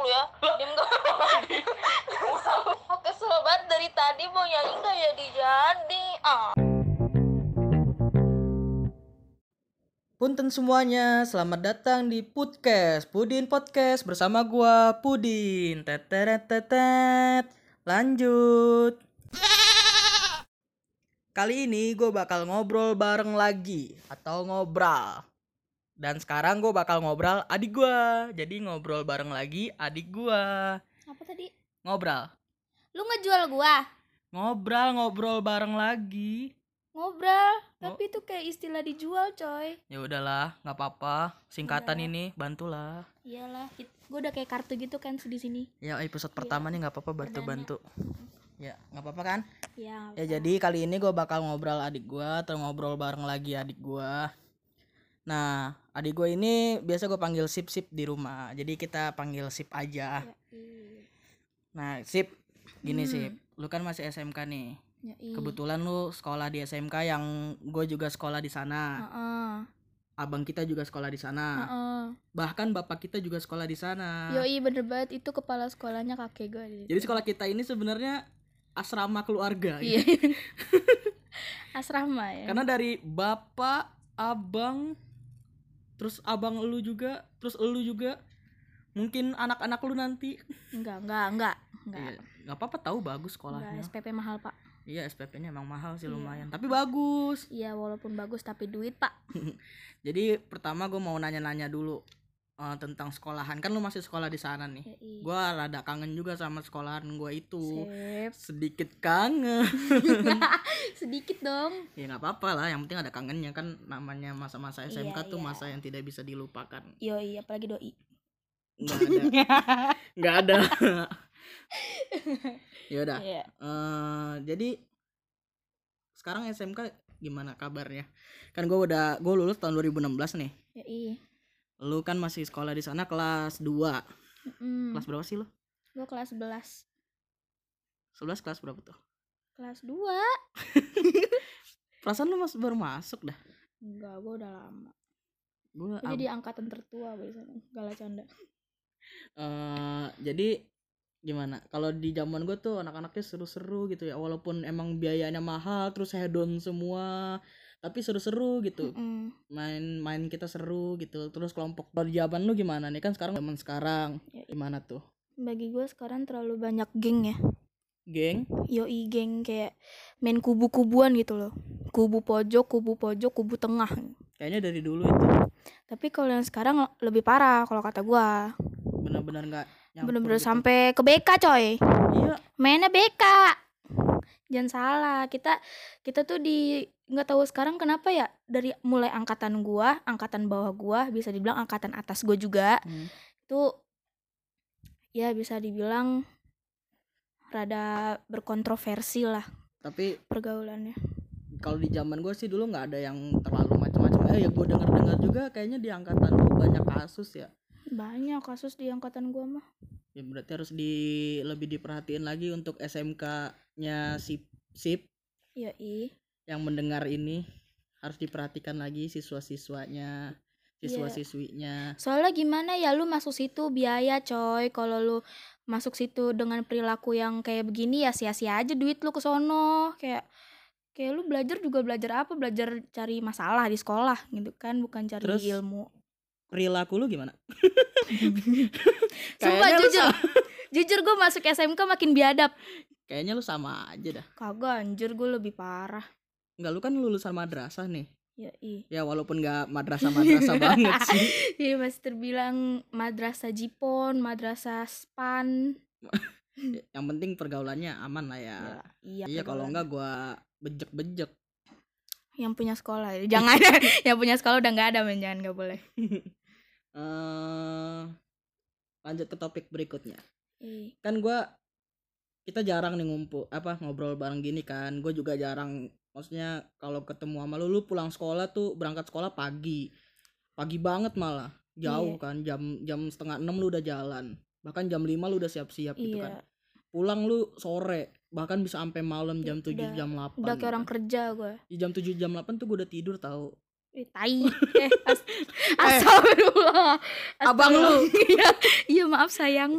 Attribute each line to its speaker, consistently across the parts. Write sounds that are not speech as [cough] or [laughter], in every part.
Speaker 1: lu ya diem gak lagi aku kesel banget dari tadi mau nyanyi gak ya jadi jadi ah
Speaker 2: Punten semuanya, selamat datang di Podcast Pudin Podcast bersama gua Pudin. Teteretetet. Lanjut. Kali ini gue bakal ngobrol bareng lagi atau ngobral. Dan sekarang gue bakal ngobrol adik gua. Jadi ngobrol bareng lagi adik gua.
Speaker 3: apa tadi
Speaker 2: Ngobrol.
Speaker 3: lu ngejual gua
Speaker 2: Ngobrol ngobrol bareng lagi.
Speaker 3: ngobrol
Speaker 2: Ngo-
Speaker 3: tapi itu kayak istilah dijual coy
Speaker 2: Ya udahlah, nggak apa-apa. Singkatan ini bantulah.
Speaker 3: iyalah it- gua udah kayak kartu gitu kan di sini
Speaker 2: Ya episode
Speaker 3: Iya,
Speaker 2: pertama nih nggak apa-apa bantu-bantu. Ya nggak apa-apa kan?
Speaker 3: ya
Speaker 2: Ya jadi kali ini gue bakal ngobrol adik gue atau ngobrol bareng lagi adik gue. Nah adik gue ini biasa gue panggil sip sip di rumah. Jadi kita panggil sip aja. Nah sip, gini
Speaker 3: Hmm. Iya.
Speaker 2: sip. Lu kan masih SMK nih.
Speaker 3: Yoi.
Speaker 2: Kebetulan lu sekolah di SMK yang gue juga sekolah di sana.
Speaker 3: Heeh,
Speaker 2: Abang kita juga sekolah di sana.
Speaker 3: heeh.
Speaker 2: Bahkan bapak kita juga sekolah di sana.
Speaker 3: Yoi bener banget itu kepala sekolahnya kakek gua
Speaker 2: Jadi sekolah kita ini sebenarnya asrama keluarga.
Speaker 3: iya [laughs] asrama ya
Speaker 2: Karena dari bapak, abang, terus abang lu juga, terus elu juga, mungkin anak-anak lu nanti.
Speaker 3: enggak enggak enggak enggak
Speaker 2: Iya, nggak apa-apa tahu bagus
Speaker 3: Enggak,
Speaker 2: sekolahnya.
Speaker 3: SPP mahal pak
Speaker 2: Iya SPP-nya emang mahal sih
Speaker 3: Iya.
Speaker 2: lumayan, tapi bagus.
Speaker 3: Iya walaupun bagus tapi duit pak
Speaker 2: Jadi pertama gue mau nanya-nanya dulu eh, tentang sekolahan. Kan lu masih sekolah di sana nih.
Speaker 3: Yoi.
Speaker 2: Gue rada kangen juga sama sekolahan gue itu.
Speaker 3: Sip. [laughs]
Speaker 2: Sedikit kangen. [laughs]
Speaker 3: Sedikit dong
Speaker 2: Ya nggak apa-apa lah. Yang penting ada kangennya kan. Namanya masa-masa SMK
Speaker 3: Iya,
Speaker 2: tuh
Speaker 3: iya.
Speaker 2: masa yang tidak bisa
Speaker 3: [laughs]
Speaker 2: dilupakan.
Speaker 3: Yoi apalagi doi
Speaker 2: Nggak ada.
Speaker 1: Ah.
Speaker 2: nggak
Speaker 3: [laughs]
Speaker 2: ada ya udah
Speaker 3: Iya.
Speaker 2: eh, jadi sekarang SMK gimana kabarnya kan gue udah gue lulus tahun 2016 nih
Speaker 3: Yoi
Speaker 2: lu kan masih sekolah di sana kelas 2
Speaker 3: Mm.
Speaker 2: kelas berapa sih lu
Speaker 3: Gua kelas 11
Speaker 2: 11 kelas berapa tuh
Speaker 3: Kelas 2
Speaker 2: perasaan lu mas baru masuk dah
Speaker 3: Enggak, gue udah lama.
Speaker 2: gue
Speaker 3: Gue jadi angkatan tertua gue di sana. Gala canda.
Speaker 2: eh, jadi gimana kalau di zaman gue tuh anak-anaknya seru-seru gitu ya walaupun emang biayanya mahal terus hedon semua tapi seru-seru gitu
Speaker 3: Mm,
Speaker 2: main-main kita seru gitu terus kelompok perjaban lu gimana nih kan sekarang zaman sekarang
Speaker 3: Ya, i-
Speaker 2: gimana tuh
Speaker 3: Bagi gue sekarang terlalu banyak geng ya.
Speaker 2: geng
Speaker 3: Yoi geng kayak main kubu-kubuan gitu loh. Kubu pojok, kubu pojok, kubu tengah.
Speaker 2: kayaknya dari dulu itu
Speaker 3: Tapi kalau yang sekarang lebih parah kalau kata gua
Speaker 2: benar-benar nggak nyampur
Speaker 3: Bener-bener
Speaker 2: gitu.
Speaker 3: sampai ke BK coy.
Speaker 2: iya
Speaker 3: Mainnya BK. Jangan salah, kita kita tuh di nggak tahu sekarang kenapa ya dari mulai angkatan gua, angkatan bawah gua, bisa dibilang angkatan atas gua juga.
Speaker 2: Hmm.
Speaker 3: itu ya bisa dibilang rada berkontroversi lah
Speaker 2: tapi
Speaker 3: pergaulannya.
Speaker 2: kalau di zaman gue sih dulu nggak ada yang terlalu macam-macam eh ya gue dengar-dengar juga kayaknya di angkatan lu banyak kasus ya
Speaker 3: Banyak kasus di angkatan gua mah.
Speaker 2: ya berarti harus di lebih diperhatiin lagi untuk SMK-nya sip sip
Speaker 3: Iya, ih.
Speaker 2: yang mendengar ini harus diperhatikan lagi siswa-siswanya siswa-siswinya
Speaker 3: Soalnya gimana ya lu masuk situ biaya coy. Kalau lu masuk situ dengan perilaku yang kayak begini ya sia-sia aja duit lu ke sono. Kayak kayak lu belajar juga belajar apa? Belajar cari masalah di sekolah gitu kan, bukan cari
Speaker 2: Terus?
Speaker 3: ilmu.
Speaker 2: perilaku lu gimana [laughs]
Speaker 3: Sumpah
Speaker 2: Kayaknya lu
Speaker 3: jujur. Jujur gue masuk SMK makin biadab.
Speaker 2: Kayaknya lu sama aja dah.
Speaker 3: Kagak anjir gue lebih parah.
Speaker 2: Enggak lu kan lulusan madrasah nih.
Speaker 3: Ya ih.
Speaker 2: Ya walaupun nggak
Speaker 3: [laughs]
Speaker 2: madrasah-madrasah banget sih.
Speaker 3: Iya masih terbilang madrasah Jipon, madrasah Span.
Speaker 2: Yang penting pergaulannya aman lah ya.
Speaker 3: Iya.
Speaker 2: iya kalau enggak gua bejek-bejek.
Speaker 3: yang punya sekolah ya. jangan
Speaker 2: [laughs]
Speaker 3: yang punya sekolah udah nggak ada men jangan nggak boleh.
Speaker 2: Eh lanjut ke topik berikutnya.
Speaker 3: Ih,
Speaker 2: Kan gua kita jarang nih ngumpul apa ngobrol bareng gini kan. Gue juga jarang maksudnya kalau ketemu sama lu lu pulang sekolah tuh berangkat sekolah pagi. Pagi banget malah. Jauh
Speaker 3: Iya.
Speaker 2: kan jam jam setengah enam lu udah jalan. Bahkan jam 5 lu udah siap-siap gitu kan.
Speaker 3: iya.
Speaker 2: pulang lu sore bahkan bisa sampai malam jam gitu kan. 7
Speaker 3: Iya, Udah-
Speaker 2: jam 8 Iya,
Speaker 3: Udah kayak orang kerja gue.
Speaker 2: Di jam 7 jam 8 tuh gue udah tidur tahu
Speaker 3: Ih,
Speaker 2: [laughs]
Speaker 3: tai eh, as- astagfirullah
Speaker 2: abang lu. Eh.
Speaker 3: Astagfirullah. [laughs] iya iya maaf sayang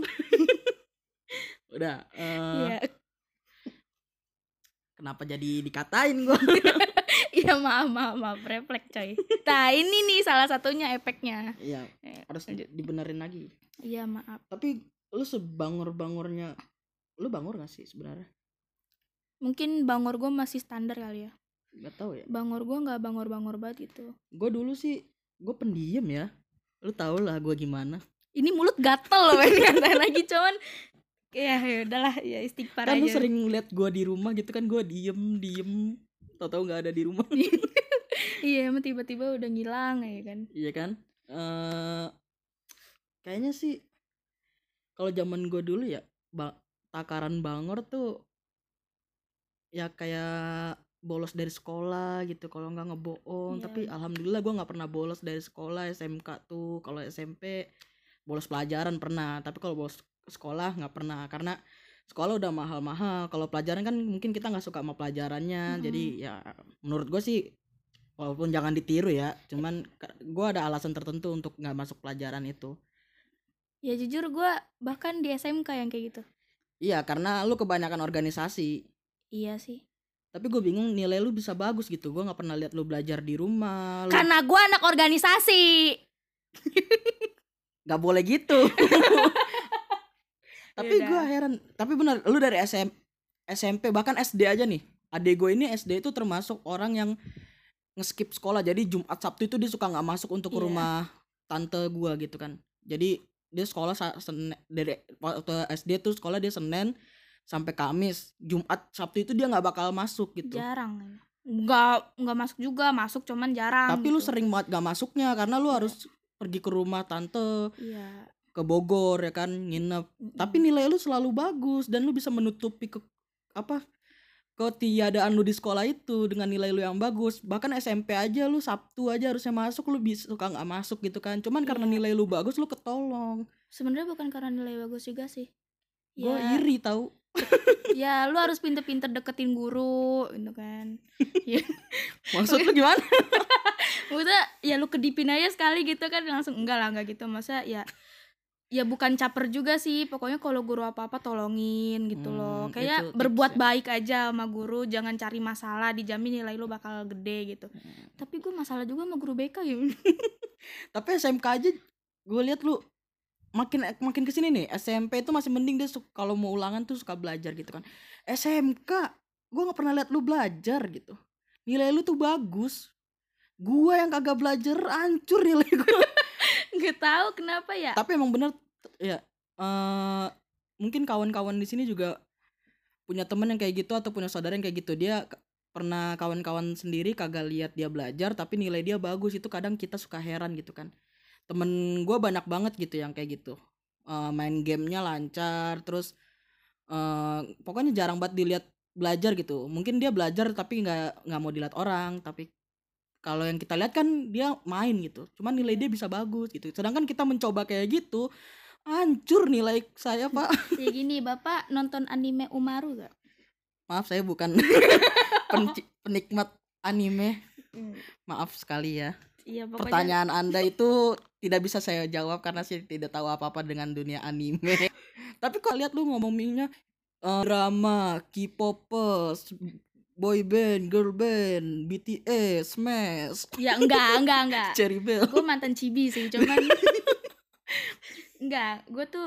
Speaker 2: Udah. eh,
Speaker 3: iya
Speaker 2: Kenapa jadi dikatain
Speaker 3: [laughs]
Speaker 2: gua?
Speaker 3: iya maaf maaf maaf refleks coy nah ini nih salah satunya efeknya
Speaker 2: Iya,
Speaker 3: Eh,
Speaker 2: harus
Speaker 3: lanjut.
Speaker 2: dibenerin lagi.
Speaker 3: iya maaf
Speaker 2: Tapi lu sebangor-bangornya lu bangor gak sih sebenarnya?
Speaker 3: mungkin bangor gue masih standar kali ya
Speaker 2: Gak tahu ya.
Speaker 3: bangor gue nggak bangor bangor banget gitu
Speaker 2: Gue dulu sih gue pendiam ya. Lu tau lah gue gimana.
Speaker 3: ini mulut gatel loh ini katain lagi cuman ya ya udahlah ya istighfar
Speaker 2: kan lu
Speaker 3: aja
Speaker 2: sering lihat gue di rumah gitu kan gue diem diem. Tau-tau nggak ada di rumah.
Speaker 3: iya emang tiba-tiba udah ngilang ya kan
Speaker 2: Iya kan? eh kayaknya sih kalau zaman gue dulu ya ba- takaran bangor tuh ya kayak bolos dari sekolah gitu kalau nggak ngebohong
Speaker 3: Iya.
Speaker 2: tapi alhamdulillah gue nggak pernah bolos dari sekolah SMK tuh kalau SMP bolos pelajaran pernah tapi kalau bolos sekolah nggak pernah karena sekolah udah mahal-mahal kalau pelajaran kan mungkin kita nggak suka sama pelajarannya
Speaker 3: Mm-mm.
Speaker 2: jadi ya menurut gue sih walaupun jangan ditiru ya cuman ke- gua ada alasan tertentu untuk nggak masuk pelajaran itu
Speaker 3: ya jujur gue bahkan di SMK yang kayak gitu
Speaker 2: iya karena lu kebanyakan organisasi
Speaker 3: iya sih
Speaker 2: tapi gue bingung nilai lu bisa bagus gitu gua nggak pernah lihat lu belajar di rumah lu
Speaker 3: karena gue anak organisasi
Speaker 2: nggak boleh
Speaker 3: [laughs]
Speaker 2: gitu tapi
Speaker 3: Yaudah.
Speaker 2: gua heran tapi benar lu dari SM, SMP bahkan SD aja nih adek gue ini SD itu termasuk orang yang ngeskip sekolah jadi Jumat Sabtu itu dia suka nggak masuk untuk ke
Speaker 3: Iya.
Speaker 2: rumah tante gua gitu kan jadi dia sekolah sa- Senen- dari waktu SD tuh sekolah dia Senin sampai Kamis Jumat Sabtu itu dia nggak bakal masuk gitu
Speaker 3: jarang ya. nggak nggak masuk juga masuk cuman jarang
Speaker 2: tapi lu
Speaker 3: gitu.
Speaker 2: sering banget nggak masuknya karena lu
Speaker 3: Iya.
Speaker 2: harus pergi ke rumah tante
Speaker 3: iya
Speaker 2: ke Bogor ya kan nginep tapi nilai lu selalu bagus dan lu bisa menutupi ke apa ketiadaan lu di sekolah itu dengan nilai lu yang bagus bahkan SMP aja lu Sabtu aja harusnya masuk lu bisa suka nggak masuk gitu kan cuman karena
Speaker 3: Iya.
Speaker 2: nilai lu bagus lu ketolong
Speaker 3: sebenarnya bukan karena nilai bagus juga sih
Speaker 2: gue
Speaker 3: Iya.
Speaker 2: iri tau
Speaker 3: ya lu harus pinter-pinter deketin guru gitu kan
Speaker 2: maksud lu gimana
Speaker 3: maksudnya ya lu kedipin aja sekali gitu kan langsung enggak lah enggak gitu masa ya ya bukan caper juga sih pokoknya kalau guru apa apa tolongin gitu
Speaker 2: Hmm,
Speaker 3: loh
Speaker 2: itu
Speaker 3: kayak
Speaker 2: tips
Speaker 3: berbuat
Speaker 2: ya.
Speaker 3: baik aja sama guru jangan cari masalah dijamin nilai lu bakal gede gitu tapi gue masalah juga sama guru BK gitu
Speaker 2: tapi SMK aja gue lihat lu makin makin kesini nih SMP itu masih mending dia su- kalau mau ulangan tuh suka belajar gitu kan SMK gue nggak pernah lihat lu belajar gitu nilai lu tuh bagus gue yang kagak belajar hancur nilai gue
Speaker 3: [laughs] nggak tahu kenapa ya
Speaker 2: tapi emang bener t- ya eh mungkin kawan-kawan di sini juga punya temen yang kayak gitu atau punya saudara yang kayak gitu dia k- pernah kawan-kawan sendiri kagak lihat dia belajar tapi nilai dia bagus itu kadang kita suka heran gitu kan temen gue banyak banget gitu yang kayak gitu Eh, main gamenya lancar terus eh pokoknya jarang banget dilihat belajar gitu mungkin dia belajar tapi nggak nggak mau dilihat orang tapi kalau yang kita lihat kan dia main gitu cuman nilai dia bisa bagus gitu sedangkan kita mencoba kayak gitu hancur nilai saya pak
Speaker 3: [laughs] kayak Ya gini bapak nonton anime Umaru gak
Speaker 2: maaf saya
Speaker 3: [laughs]
Speaker 2: bukan penci- penikmat anime maaf sekali ya
Speaker 3: iya Hmm. pokoknya
Speaker 2: pertanyaan
Speaker 3: [laughs]
Speaker 2: anda itu tidak bisa saya jawab karena saya tidak tahu apa apa dengan dunia anime [laughs] tapi kok lihat lu ngomonginnya eh, drama K-popers boy band girl band BTS Smash
Speaker 3: ya enggak enggak
Speaker 2: [laughs]
Speaker 3: enggak
Speaker 2: Cherry Bell
Speaker 3: gue mantan cibi sih cuman
Speaker 2: [laughs]
Speaker 3: enggak gue tuh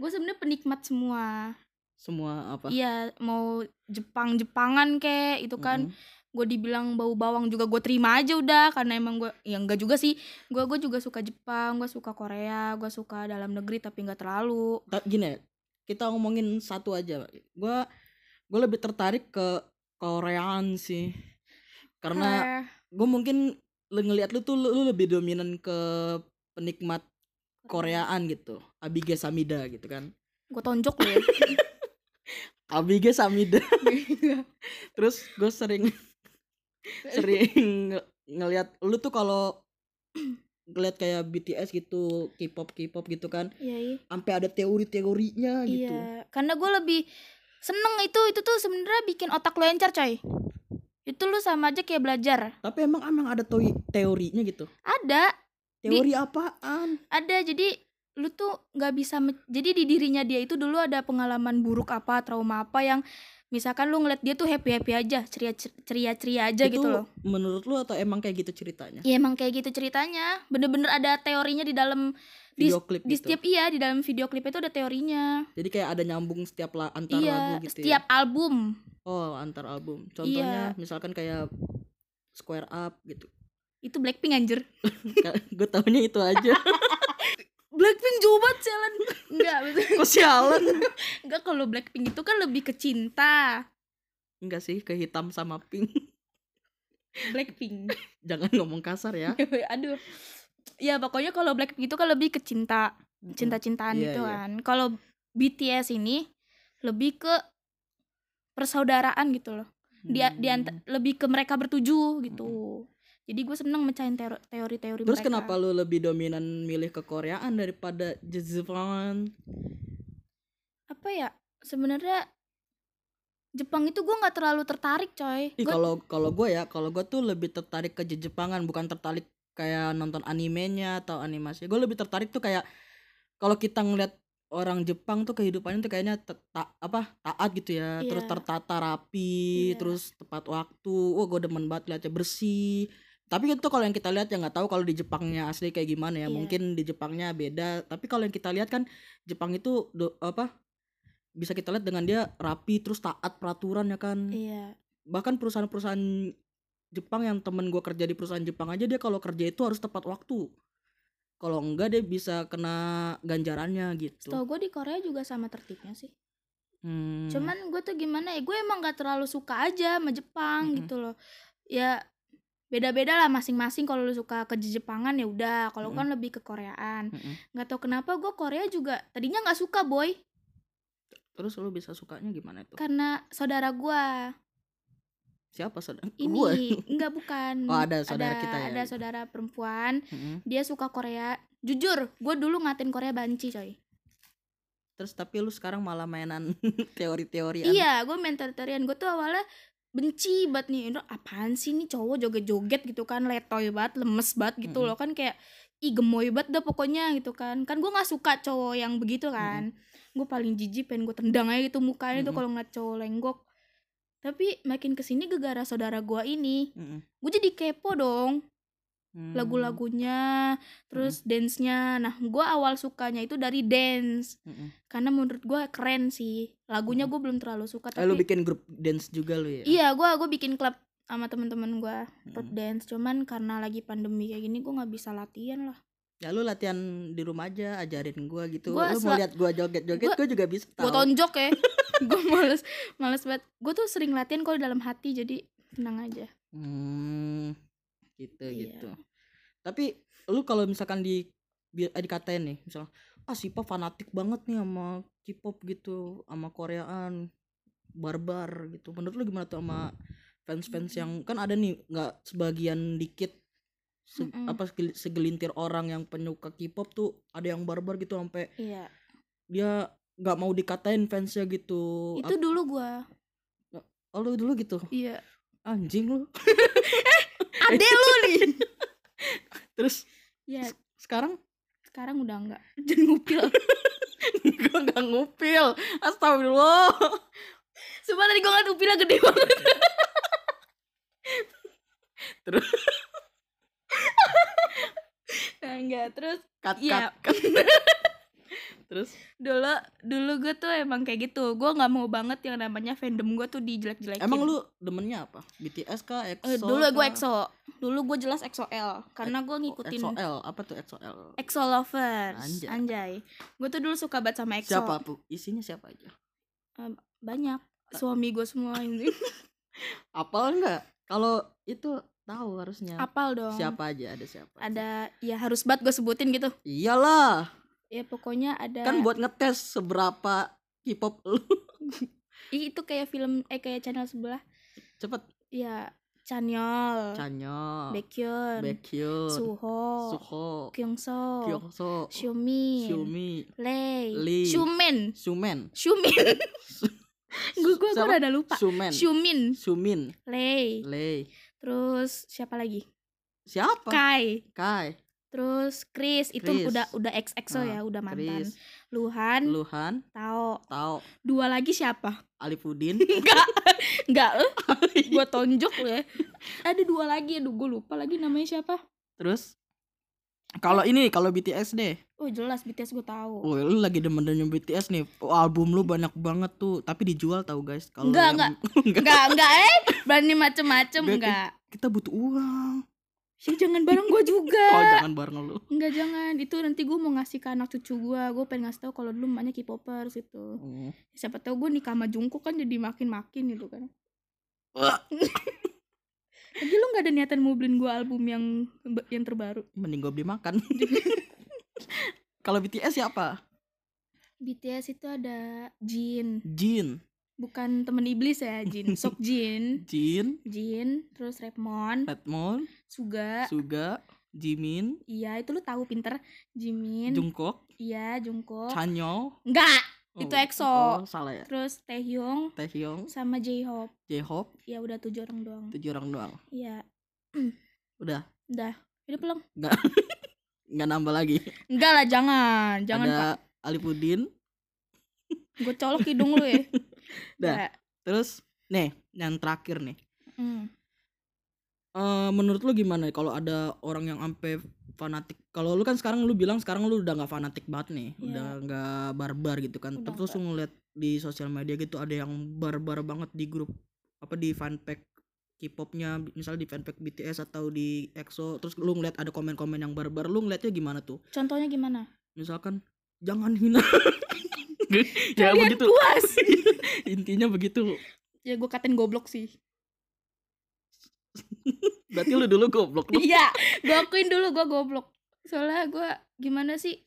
Speaker 3: gue sebenarnya penikmat semua
Speaker 2: semua apa
Speaker 3: iya mau Jepang Jepangan kek itu kan
Speaker 2: Mm-mm.
Speaker 3: gue dibilang bau bawang juga gue terima aja udah karena emang gue ya enggak juga sih gue gue juga suka Jepang gue suka Korea gue suka dalam negeri tapi enggak terlalu
Speaker 2: Ta- gini ya, kita ngomongin satu aja gue gue lebih tertarik ke koreaan sih karena
Speaker 3: Eh,
Speaker 2: gue mungkin le- ngelihat lu tuh lu, lu lebih dominan ke penikmat koreaan gitu Abige Samida gitu kan
Speaker 3: gue tonjok
Speaker 2: [laughs]
Speaker 3: lu ya
Speaker 2: Abige Samida [laughs] terus gue sering sering nge- ngelihat lu tuh kalau ngeliat kayak BTS gitu K-pop K-pop gitu kan
Speaker 3: Iya, iya.
Speaker 2: sampai ada teori-teorinya gitu
Speaker 3: Iya, karena gue lebih seneng itu itu tuh sebenarnya bikin otak lo encer coy Itu lu sama aja kayak belajar.
Speaker 2: Tapi emang emang ada toi- teorinya gitu.
Speaker 3: Ada, Di-
Speaker 2: Teori apaan?
Speaker 3: ada. Jadi lu tuh nggak bisa me- jadi di dirinya dia itu dulu ada pengalaman buruk apa, trauma apa yang misalkan lu ngeliat dia tuh happy-happy aja, ceria-ceria aja
Speaker 2: Itu
Speaker 3: gitu loh.
Speaker 2: Menurut lu atau emang kayak gitu ceritanya?
Speaker 3: Ya emang kayak gitu ceritanya. Bener-bener ada teorinya di dalam Di-
Speaker 2: Video klip
Speaker 3: di
Speaker 2: gitu.
Speaker 3: setiap iya di dalam video klip itu ada teorinya.
Speaker 2: Jadi kayak ada nyambung setiap la- antar
Speaker 3: iya,
Speaker 2: lagu gitu ya?
Speaker 3: setiap Iya. album.
Speaker 2: Oh, antar album. Contohnya misalkan kayak Square Up gitu.
Speaker 3: Itu Blackpink anjir.
Speaker 2: [laughs] Gue taunya itu
Speaker 3: [laughs]
Speaker 2: aja.
Speaker 3: Blackpink jauh banget [laughs] sialan. Enggak, betul.
Speaker 2: Kok sialan?
Speaker 3: enggak kalau Blackpink itu kan lebih ke cinta.
Speaker 2: Enggak sih, ke hitam sama pink. [laughs]
Speaker 3: Blackpink. [laughs]
Speaker 2: Jangan ngomong kasar ya.
Speaker 3: Aduh. Ya pokoknya kalau Blackpink itu kan lebih ke cinta, cinta-cintaan
Speaker 2: Iya,
Speaker 3: gitu
Speaker 2: iya.
Speaker 3: kan. Kalau BTS ini lebih ke persaudaraan gitu loh. Dia
Speaker 2: Hmm.
Speaker 3: dia lebih ke mereka bertuju gitu. Jadi gue seneng mecahin tero- teori-teori
Speaker 2: Terus
Speaker 3: mereka.
Speaker 2: kenapa lu lebih dominan milih ke Koreaan daripada Jepang?
Speaker 3: Apa ya? Sebenarnya Jepang itu gue nggak terlalu tertarik coy.
Speaker 2: Ih
Speaker 3: Gua-
Speaker 2: kalau kalau gue ya, kalau gue tuh lebih tertarik ke Jepangan bukan tertarik kayak nonton animenya atau animasi. Gue lebih tertarik tuh kayak kalau kita ngeliat orang Jepang tuh kehidupannya tuh kayaknya te- ta- apa taat gitu ya, terus
Speaker 3: Iya.
Speaker 2: tertata rapi,
Speaker 3: Iya.
Speaker 2: terus tepat waktu. Wah gue demen banget liatnya bersih. Tapi itu kalau yang kita lihat ya nggak tahu kalau di Jepangnya asli kayak gimana ya.
Speaker 3: Iya.
Speaker 2: Mungkin di Jepangnya beda. Tapi kalau yang kita lihat kan Jepang itu do- apa bisa kita lihat dengan dia rapi terus taat peraturan ya kan
Speaker 3: Iya.
Speaker 2: bahkan perusahaan-perusahaan Jepang yang temen gue kerja di perusahaan Jepang aja dia kalau kerja itu harus tepat waktu kalau enggak dia bisa kena ganjarannya gitu
Speaker 3: Setahu gue di Korea juga sama tertibnya sih.
Speaker 2: Hmm.
Speaker 3: Cuman gue tuh gimana ya, gue emang gak terlalu suka aja sama Jepang
Speaker 2: Mm-mm.
Speaker 3: gitu loh. Ya beda-beda lah masing-masing kalau lu suka ke Jepangan ya udah, kalau
Speaker 2: Hmm.
Speaker 3: gua kan lebih ke Koreaan.
Speaker 2: Mm-mm.
Speaker 3: Nggak tau kenapa gue Korea juga tadinya nggak suka boy
Speaker 2: terus lu bisa sukanya gimana itu
Speaker 3: karena saudara gua
Speaker 2: siapa saudara
Speaker 3: ini
Speaker 2: Gua.
Speaker 3: nggak bukan.
Speaker 2: Oh, ada saudara kita ya.
Speaker 3: Ada saudara perempuan,
Speaker 2: Mm-mm.
Speaker 3: dia suka Korea. Jujur, gue dulu ngatin Korea banci coy.
Speaker 2: terus tapi lu sekarang malah mainan [laughs] teori-teori
Speaker 3: Iya, gue mentor-mentorian gue tuh awalnya benci banget nih, Indro apaan sih nih cowok joget-joget gitu kan, letoy banget, lemes banget gitu
Speaker 2: Mm-mm.
Speaker 3: loh kan kayak ih gemoy banget dah pokoknya gitu kan. Kan gue nggak suka cowok yang begitu kan. Gue paling jijik pengen gue tendang aja gitu mukanya
Speaker 2: Mm-mm.
Speaker 3: tuh kalau ngeliat cowok lenggok. Tapi makin kesini gara-gara saudara gue ini, gue jadi kepo dong
Speaker 2: Hmm.
Speaker 3: lagu-lagunya, terus dance-nya. Nah, gue awal sukanya itu dari dance karena menurut gue keren sih. Lagunya gue belum terlalu suka
Speaker 2: eh
Speaker 3: tapi
Speaker 2: lu bikin grup dance juga lu ya
Speaker 3: Iya, gua gua bikin klub sama temen-temen gua klub
Speaker 2: Mm.
Speaker 3: dance. Cuman karena lagi pandemi kayak gini, gua nggak bisa latihan lah.
Speaker 2: ya lu latihan di rumah aja ajarin gua gitu
Speaker 3: Gua
Speaker 2: lu mau
Speaker 3: sel-
Speaker 2: lihat gua joget-joget
Speaker 3: gua-
Speaker 2: gua juga bisa
Speaker 3: Gua
Speaker 2: tahu.
Speaker 3: tonjok ya. [laughs] gua males, males banget. Gua tuh sering latihan kalau di dalam hati, jadi tenang aja.
Speaker 2: Hmm, gitu
Speaker 3: Iya.
Speaker 2: gitu. Tapi lu kalau misalkan di bi- eh, dikatain nih, misal ah si Pop fanatik banget nih sama K-pop gitu, sama Koreaan, barbar gitu. Menurut lu gimana tuh sama fans-fans yang
Speaker 3: Hmm.
Speaker 2: kan ada nih nggak sebagian dikit se-
Speaker 3: Mm-mm.
Speaker 2: apa segel- segelintir orang yang penyuka K-pop tuh ada yang barbar gitu sampai
Speaker 3: Iya.
Speaker 2: dia nggak mau dikatain fansnya gitu.
Speaker 3: Itu dulu gua.
Speaker 2: Ah, lu dulu gitu.
Speaker 3: Iya.
Speaker 2: Anjing lu.
Speaker 3: Ade lu nih.
Speaker 2: Terus
Speaker 3: [laughs] Iya,
Speaker 2: sekarang
Speaker 3: sekarang udah enggak. [laughs] Jangan
Speaker 2: [laughs]
Speaker 3: ngupil.
Speaker 2: gue gak ngupil astagfirullah
Speaker 3: [laughs] Sumpah tadi gua ngeliat upilnya gede banget.
Speaker 2: [laughs] Terus?
Speaker 3: nah, enggak, terus
Speaker 2: cut,
Speaker 3: Iya.
Speaker 2: cut, cut. [laughs] terus
Speaker 3: dulu dulu gue tuh emang kayak gitu gue nggak mau banget yang namanya fandom gue tuh dijelek-jelekin
Speaker 2: emang lu demennya apa BTS kah EXO
Speaker 3: Eh, dulu
Speaker 2: kah?
Speaker 3: gue
Speaker 2: Oh,
Speaker 3: EXO dulu gue jelas EXO-L karena gue ngikutin
Speaker 2: EXO-L apa tuh EXO-L
Speaker 3: EXO lovers
Speaker 2: Anjay.
Speaker 3: anjay, gue tuh dulu suka banget sama EXO
Speaker 2: siapa bu isinya siapa aja
Speaker 3: banyak
Speaker 2: Eh.
Speaker 3: suami gue semua ini
Speaker 2: apal enggak kalau itu tahu harusnya
Speaker 3: apal dong
Speaker 2: [laughs] siapa aja ada siapa aja.
Speaker 3: ada ya harus banget gue sebutin gitu
Speaker 2: iyalah
Speaker 3: ya pokoknya ada
Speaker 2: kan buat ngetes seberapa K-pop lu [laughs]
Speaker 3: Ih, itu kayak film eh kayak channel sebelah
Speaker 2: cepet
Speaker 3: ya Chanyol
Speaker 2: Chanyeol
Speaker 3: Baekhyun
Speaker 2: Baekhyun
Speaker 3: Suho
Speaker 2: Suho
Speaker 3: Kyungso
Speaker 2: Kyungso
Speaker 3: Xiumin
Speaker 2: Xiumi
Speaker 3: Lei
Speaker 2: Lee.
Speaker 3: Shumin [laughs]
Speaker 2: Sumen
Speaker 3: Shumin gue gue gue
Speaker 2: Siapa?
Speaker 3: rada lupa
Speaker 2: Sumen.
Speaker 3: Shumin
Speaker 2: Sumin.
Speaker 3: Lei
Speaker 2: Lei.
Speaker 3: terus siapa lagi
Speaker 2: Siapa?
Speaker 3: Kai
Speaker 2: Kai.
Speaker 3: terus Chris itu
Speaker 2: Chris.
Speaker 3: udah udah XXO ya
Speaker 2: Ah,
Speaker 3: udah mantan
Speaker 2: Chris.
Speaker 3: Luhan
Speaker 2: Luhan.
Speaker 3: Tao
Speaker 2: Tao.
Speaker 3: dua lagi siapa [laughs]
Speaker 2: Alipudin.
Speaker 3: enggak enggak eh.
Speaker 2: [laughs] Iya.
Speaker 3: gue tonjok lu ya ada dua lagi aduh gue lupa lagi namanya siapa
Speaker 2: Terus? Kalau ini kalau BTS deh.
Speaker 3: oh jelas BTS gue tahu
Speaker 2: Wah, lu lagi demen demen BTS nih. Oh, album lu banyak banget tuh, tapi dijual tahu guys. Kalau
Speaker 3: Enggak,
Speaker 2: [laughs] yang- Enggak.
Speaker 3: enggak enggak eh berani macem-macem
Speaker 2: Enggak,
Speaker 3: enggak
Speaker 2: Kita butuh uang.
Speaker 3: sih jangan bareng gue juga
Speaker 2: Oh, jangan bareng lu.
Speaker 3: Enggak jangan, itu nanti gue mau ngasih ke anak cucu gue Gue pengen ngasih tau kalau dulu emaknya K-popers gitu
Speaker 2: Hmm.
Speaker 3: Siapa tau gue nikah sama Jungkook kan jadi makin-makin gitu kan
Speaker 2: Wah,
Speaker 3: [laughs] Lagi lu gak ada niatan mau beliin gue album yang yang terbaru
Speaker 2: Mending gue beli makan. [laughs] kalau BTS siapa?
Speaker 3: BTS itu ada Jin
Speaker 2: Jin.
Speaker 3: Bukan temen iblis ya Jin Sok Jin
Speaker 2: Jin,
Speaker 3: Jin, terus Redmond,
Speaker 2: Redmond,
Speaker 3: Suga
Speaker 2: Suga, Jimin,
Speaker 3: Iya itu lu tahu pinter Jimin
Speaker 2: Jungkook,
Speaker 3: Iya Jungkook
Speaker 2: Chanyeol.
Speaker 3: Enggak, itu
Speaker 2: Oh,
Speaker 3: EXO
Speaker 2: Oh, salah ya.
Speaker 3: Terus Taehyung
Speaker 2: Taehyung,
Speaker 3: sama J-Hope
Speaker 2: J-Hope,
Speaker 3: Ya udah tujuh orang doang
Speaker 2: tujuh orang doang.
Speaker 3: Iya
Speaker 2: Udah,
Speaker 3: Udah belum?
Speaker 2: nggak nambah lagi.
Speaker 3: Enggak lah, jangan. Jangan,
Speaker 2: Ada
Speaker 3: Pak.
Speaker 2: Alipudin,
Speaker 3: Gue colok hidung lu
Speaker 2: [laughs]
Speaker 3: ya.
Speaker 2: Dah.
Speaker 3: Enggak.
Speaker 2: terus nih yang terakhir nih.
Speaker 3: Mm.
Speaker 2: Eh, menurut lu gimana kalau ada orang yang ampe fanatik kalau lu kan sekarang lu bilang sekarang lu udah nggak fanatik banget nih
Speaker 3: Iya.
Speaker 2: udah nggak barbar gitu kan
Speaker 3: Udah
Speaker 2: terus lu ngeliat di sosial media gitu ada yang barbar banget di grup apa di fanpage K-popnya misalnya di fanpage BTS atau di EXO terus lu ngeliat ada komen-komen yang barbar lu ngeliatnya gimana tuh
Speaker 3: Contohnya gimana?
Speaker 2: misalkan jangan hina [laughs] ya
Speaker 3: Kalian
Speaker 2: begitu [laughs]
Speaker 3: puas.
Speaker 2: intinya begitu
Speaker 3: ya gue katain goblok sih.
Speaker 2: berarti lu dulu goblok lu
Speaker 3: Iya, gue akuin dulu gue goblok. Soalnya gue gimana sih?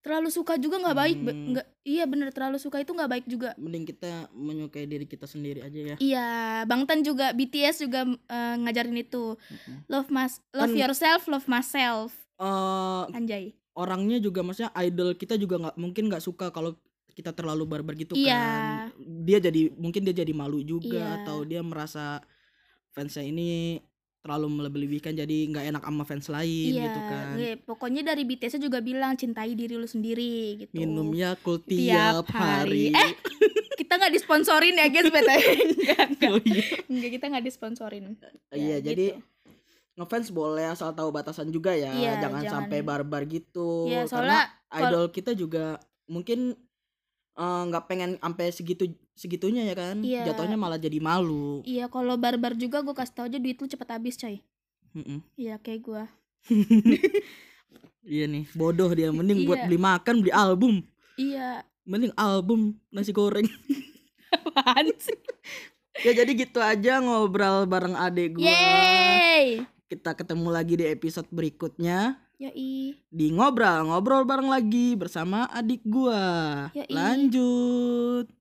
Speaker 3: Terlalu suka juga nggak baik. be-
Speaker 2: Hmm.
Speaker 3: nggak iya bener terlalu suka itu nggak baik juga.
Speaker 2: mending kita menyukai diri kita sendiri aja ya
Speaker 3: Iya, Bang Tan juga BTS juga eh, ngajarin itu.
Speaker 2: Mm-mm.
Speaker 3: Love mas love
Speaker 2: Kan-
Speaker 3: yourself, love myself.
Speaker 2: Eh,
Speaker 3: Anjay.
Speaker 2: orangnya juga maksudnya idol kita juga nggak mungkin nggak suka kalau kita terlalu barbar gitu
Speaker 3: Iya.
Speaker 2: kan dia jadi mungkin dia jadi malu juga
Speaker 3: Iya.
Speaker 2: atau dia merasa fansnya ini terlalu melebih-lebihkan jadi nggak enak sama fans lain
Speaker 3: Iya,
Speaker 2: gitu kan
Speaker 3: iya, pokoknya dari BTS juga bilang cintai diri lu sendiri gitu.
Speaker 2: minum Yakult tiap,
Speaker 3: Tiap
Speaker 2: hari,
Speaker 3: hari. [laughs] Eh, kita nggak disponsorin ya guys BTW
Speaker 2: [laughs]
Speaker 3: enggak enggak
Speaker 2: Oh iya.
Speaker 3: enggak kita nggak disponsorin
Speaker 2: Iya,
Speaker 3: [laughs] Ya,
Speaker 2: jadi
Speaker 3: gitu.
Speaker 2: ngefans boleh asal tahu batasan juga ya
Speaker 3: Iya,
Speaker 2: jangan,
Speaker 3: jangan-
Speaker 2: sampai barbar gitu karena
Speaker 3: ya soalnya
Speaker 2: idol kita juga mungkin eh, nggak pengen sampai segitu segitunya ya kan
Speaker 3: Iya.
Speaker 2: jatuhnya malah jadi malu
Speaker 3: iya kalau barbar juga gue kasih tau aja duit lu cepet habis coy
Speaker 2: Mm-mm.
Speaker 3: iya kayak gue
Speaker 2: iya nih bodoh dia mending buat
Speaker 3: Iya.
Speaker 2: beli makan beli album
Speaker 3: iya
Speaker 2: mending album nasi goreng
Speaker 3: [laughs] apaan sih
Speaker 2: ya jadi gitu aja ngobrol bareng adik gua
Speaker 3: yay
Speaker 2: kita ketemu lagi di episode berikutnya
Speaker 3: yoi
Speaker 2: di ngobrol ngobrol bareng lagi bersama adik gua
Speaker 3: Yoi.
Speaker 2: lanjut